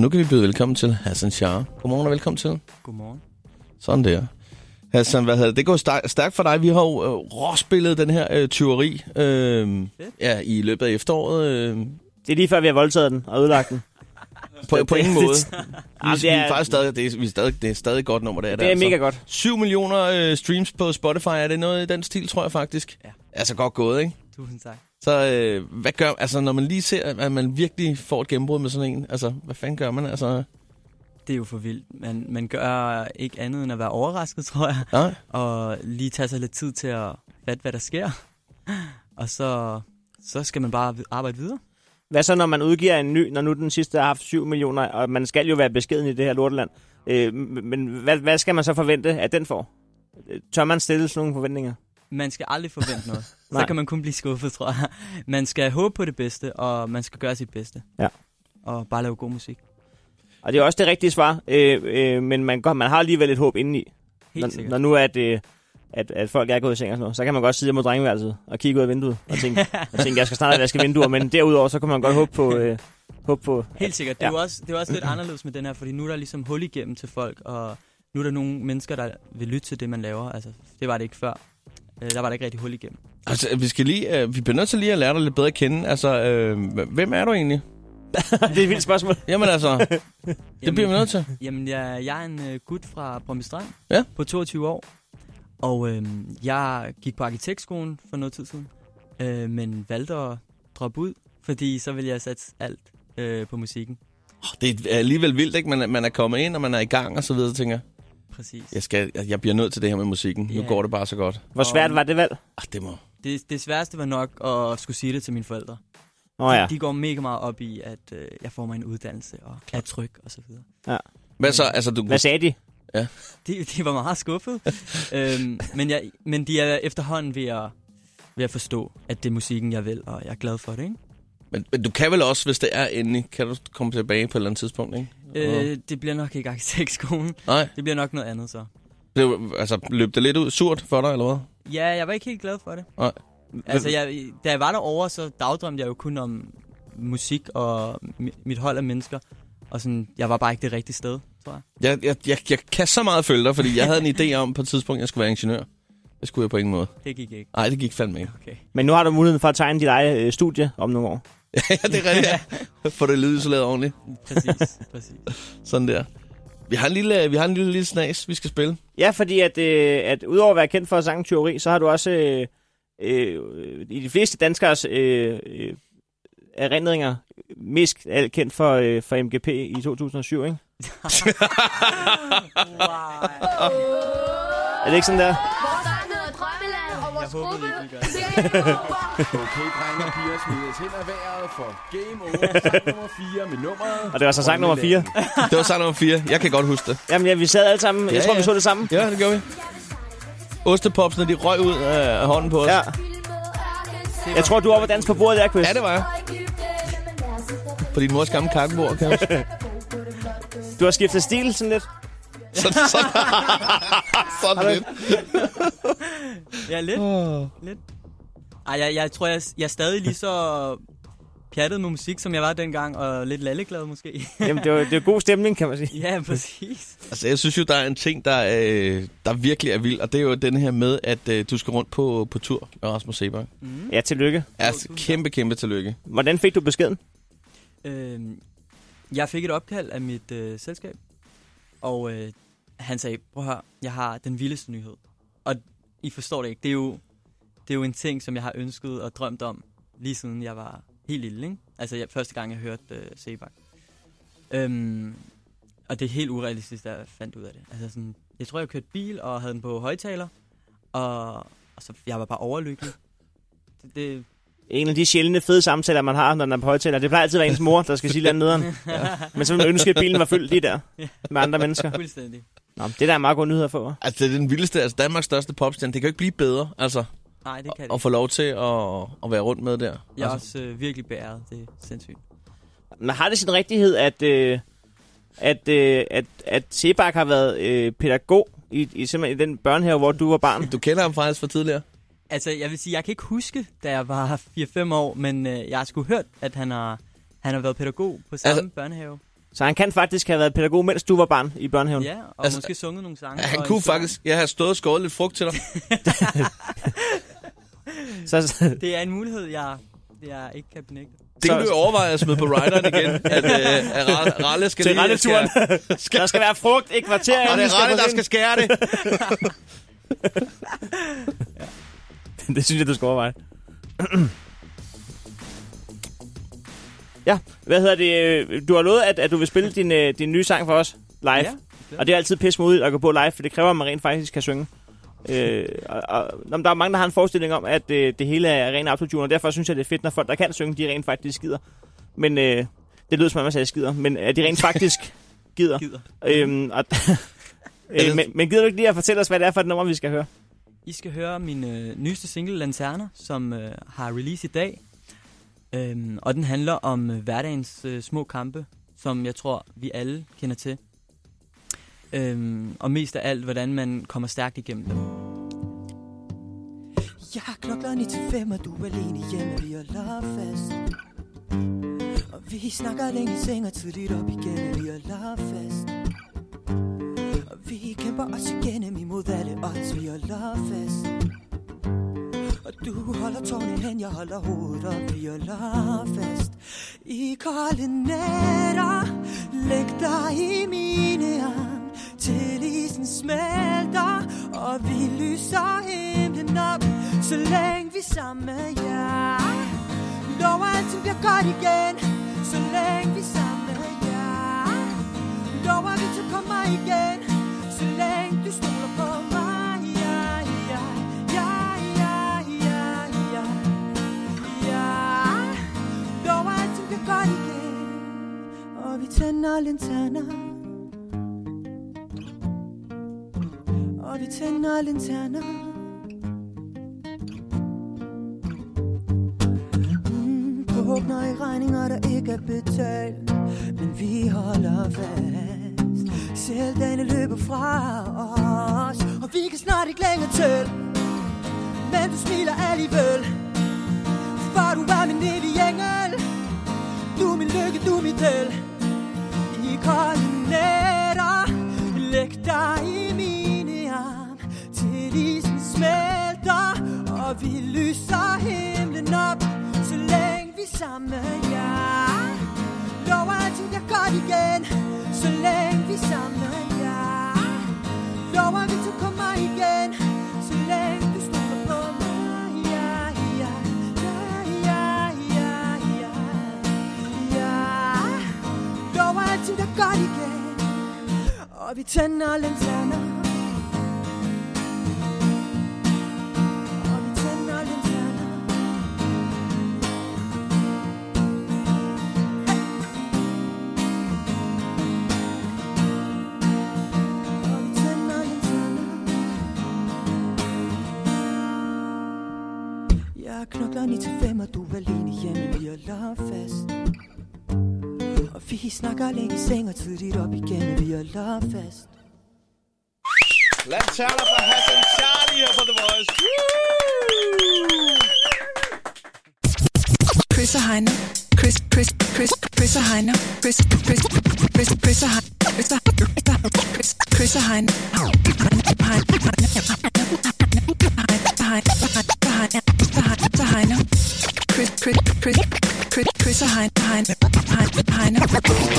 Nu kan vi byde velkommen til Hassan Shah. Godmorgen og velkommen til. Godmorgen. Sådan der. Hassan, hvad hedder det? Det går stærkt, stærkt for dig. Vi har jo øh, råspillet den her øh, tyveri øh, ja, i løbet af efteråret. Øh, Det er lige før, vi har voldtaget den og ødelagt den. på, på ingen måde. Jamen, Vi, vi det er- er faktisk stadig, det er, vi er stadig, det er stadig et godt nummer, det er altså- Det er mega godt. 7 millioner øh, streams på Spotify, er det noget i den stil, tror jeg faktisk? Ja. Altså godt gået, ikke? Tusind tak. Så øh, hvad gør, altså når man lige ser, at man virkelig får et gennembrud med sådan en, altså hvad fanden gør man? Altså, Det er jo for vildt. Man, man gør ikke andet end at være overrasket, tror jeg. nej, Og lige tage sig lidt tid til at fatte, hvad der sker. Og så, så skal man bare vid- arbejde videre. Hvad så, når man udgiver en ny, når nu den sidste har haft 7 millioner, og man skal jo være beskeden i det her lorteland. Øh, m- men hvad, hvad skal man så forvente, at den får? Øh, Tør man stille sådan nogle forventninger? Man skal aldrig forvente noget. så Nej. kan man kun blive skuffet, tror jeg. Man skal håbe på det bedste, og man skal gøre sit bedste. Ja. Og bare lave god musik. Og det er også det rigtige svar, øh, øh, men man, går, man har alligevel et håb indeni. Helt Når, sikkert. når nu at, øh, at, at folk er gået i seng og sådan noget, så kan man godt sidde mod drengeværelset og kigge ud af vinduet og tænke, og tænke jeg skal snart have vasket vinduer, men derudover så kan man godt håbe på, øh, håbe på Helt sikkert. Det er, Ja. jo også, det er jo også lidt anderledes med den her, fordi nu er der ligesom hul igennem til folk, og nu er der nogle mennesker, der vil lytte til det, man laver. Altså, det var det ikke før. Øh, Der var der ikke rigtig hul igennem. altså vi skal lige, øh, vi bliver nødt til lige at lære dig lidt bedre at kende. Altså, øh, hvem er du egentlig? det er et vildt spørgsmål. Jamen altså, det Jamen- bliver vi nødt til. Jamen, jeg, jeg er en øh, gut fra Brøndby Strand Ja. på 22 år. Og øh, jeg gik på arkitektskolen for noget tid siden, øh, men valgte at droppe ud, fordi så ville jeg satse alt øh, på musikken. Det er alligevel vildt, ikke? Man, er- man er kommet ind, og man er i gang og så videre, tænker jeg, Præcis. jeg, skal, jeg, jeg bliver nødt til det her med musikken. Nu Ja. går det bare så godt. Hvor svært var det valg? Ah, det må... Det, det sværeste var nok at skulle sige det til mine forældre. Nå ja. De, de går mega meget op i, at øh, jeg får mig en uddannelse og er tryg og så videre. Hvad så? Altså, du, Hvad sagde de? De, de var meget skuffet, øhm, men, jeg, men de er efterhånden ved at, ved at forstå, at det er musikken, jeg vil, og jeg er glad for det, ikke? men, men du kan vel også, hvis det er endelig, kan du komme tilbage på et eller andet tidspunkt, ikke? Øh, det bliver nok ikke arkitektskolen. Nej, Det bliver nok noget andet så. det, var- altså, løb det lidt ud surt for dig, eller hvad? Ja, jeg var ikke helt glad for det. Nej. Altså, jeg, da jeg var derovre, så dagdrømte jeg jo kun om musik og mi- mit hold af mennesker. Og sådan, jeg var bare ikke det rigtige sted, tror jeg. Jeg, jeg, jeg, jeg kan så meget følge dig, fordi jeg havde en idé om på et tidspunkt, at jeg skulle være ingeniør. Det skulle jeg på ingen måde. Det gik ikke. Nej, det gik fandme ikke. Okay. Men nu har du muligheden for at tegne dit eget øh, studie om nogle år. ja, det er rigtigt. Ja. Få det lydisoleret ordentligt. Præcis, præcis. Sådan der. Vi har en lille, vi har en lille, lille snas, vi skal spille. Ja, fordi at, øh, at udover at være kendt for sangteori, så har du også øh, øh, i de fleste danskers øh, øh, erindringer mest alt kendt for, øh, for MGP i 2007, ikke? Er det ikke sådan der? Vores eget drømmeland og vores håbede gruppe. ikke, vi gør det. Okay, drenge og piger, smides hen ad vejret for Game Over, sang nummer 4 med nummeret... Og det var så sang nummer 4. Det var sang nummer 4. Jeg kan godt huske det. Jamen ja, vi sad alle sammen. Ja, Jeg tror, ja. vi så det sammen. Ja, det gjorde vi. Ostepopsene, de røg ud af hånden på os. Ja. Jeg tror, du var oppe at danse på bordet der, Chris. ja det var jeg. På din mors gamle kakkebord, kan jeg huske. Du har skiftet stil sådan lidt. Sådan, sådan, sådan lidt. Ja, lidt. lidt. Ej, jeg, jeg tror, jeg, jeg er stadig lige så pjattet med musik, som jeg var dengang, og lidt lalleglad måske. Jamen, det var, det var god stemning, kan man sige. ja, præcis. Altså, jeg synes jo, der er en ting, der, øh, der virkelig er vild, og det er jo den her med, at øh, du skal rundt på, på tur med Rasmus Sebak. Ja, tillykke. Altså, kæmpe, kæmpe tillykke. Hvordan fik du beskeden? Øhm, jeg fik et opkald af mit øh, selskab, og øh, han sagde, prøv at høre, jeg har den vildeste nyhed. Og I forstår det ikke, det er jo, det er jo en ting, som jeg har ønsket og drømt om, lige siden jeg var helt lille, ikke? Altså jeg, første gang, jeg hørte øh, Sebak. Øhm, og det er helt urealistisk, da jeg fandt ud af det. Altså sådan, jeg tror, jeg kørte bil og havde den på højtaler, og, og så, jeg var bare overlykkelig. Det, det, En af de sjældne fede samtaler, man har, når man er på højtaler. Det plejer altid at være ens mor, der skal sige lidt nederen. Men så vil man ønske, at bilen var fyldt lige der med andre mennesker. fuldstændig. Nå, det der er da en meget god nyhed at få. hva'? Altså, det er den vildeste, altså Danmarks største popstjerne. Det kan jo ikke blive bedre, altså, Nej, det kan det at få lov til at, at være rundt med der. Jeg er altså, også øh, virkelig beæret. Det er sindssygt. Men har det sin rigtighed, at, øh, at, øh, at, at Sebak har været øh, pædagog i, i, simpelthen i den børnehave, hvor du var barn? du kender ham faktisk fra tidligere. Altså, jeg vil sige, jeg kan ikke huske, da jeg var 4-5 år, men øh, jeg har sgu hørt, at han har, han har været pædagog på samme Altså- altså, børnehave. Så han kan faktisk have været pædagog, mens du var barn i børnehaven. Ja, og Altså, altså, måske sunget nogle sange. Ja, han og kunne en sang. faktisk... Jeg har stået og skåret lidt frugt til dig. Så, så, Det er en mulighed, jeg, jeg ikke kan benægte. Det kan Så- du jo overveje at smide på rideren igen. At, øh, at Ra- Ralle skal Til lige... Ralle-turen. Skal, skal, der skal være frugt, ikke kvarter. og det inden vi er Ralle, på der skal scenen. skære det. det synes jeg, du skal overveje. ja, hvad hedder det? øh, Du har lovet, at, at du vil spille din, øh, din nye sang for os live. Ja, Ja. Og det er altid pisse modigt at gå på live, for det kræver, at man rent faktisk kan synge. Øh, og, og, nå, men der er mange, der har en forestilling om, at øh, det hele er ren autotune, og derfor synes jeg, det er fedt, når folk, der kan synge, de rent faktisk gider. Men øh, det lyder som om, jeg sagde skider, men at de rent faktisk gider. gider. Øhm, og, øh, men, men gider du ikke lige at fortælle os, hvad det er for et nummer, vi skal høre? I skal høre min øh, nyeste single, Lanterner, som øh, har release i dag. Øhm, og den handler om øh, hverdagens øh, små kampe, som jeg tror, vi alle kender til. Øhm, og mest af alt, hvordan man kommer stærkt igennem dem. Jeg knokler 9 til 5, og du er alene hjemme, vi holder fast. Og vi snakker længe i seng og tidligt op igen, vi holder fast. Og vi kæmper os igennem imod alle odds, vi holder fast. Og du holder tårne hen, jeg holder hovedet op, vi holder fast. I kolde nætter, læg dig i mine arm, til isen smelter, og vi lyser himlen op, så længe vi er sammen med jer. Når alting bliver godt igen, så længe vi er sammen med jer. Når vi til kommer igen, så længe du stoler på mig. Ja, ja, ja, ja, ja, ja, ja. Når alting bliver godt igen, og vi tænder lanterner. og vi tænder lanterner. Mm, Drukner i regninger, der ikke er betalt, men vi holder fast. Selv dagene løber fra os, og vi kan snart ikke længere til. Men du smiler alligevel, for du er min evige engel. Du er min lykke, du er mit held. I kolde nætter Læg dig i mine arm Til isen smelter Og vi lyser himlen op Så længe vi er sammen med jer Lover alting bliver godt igen Så længe vi er sammen med jer Lover vi to kommer igen Så længe du stoler på mig Ja, ja, ja, ja, ja, ja, ja lover alting er godt igen Og vi tænder lanterner Og vi tænder lanterner Hey. Og vi tænder lanterner Jeg knokler 9 til 5, og du er alene hjemme, vi holder fast Og vi snakker længe i seng og tidligt op igen, vi holder fast Lanterner fra Hassan Charlie her på The Voice. Chris og Heino. Chris, Chris, Chris, Chris og Heino. Chris, Chris, Chris, Chris og Heino. Chris, og- Chris, Chris og Heino. Heino. Chris, Chris, Chris, Chris, Chris og Heino. Heino. Heino.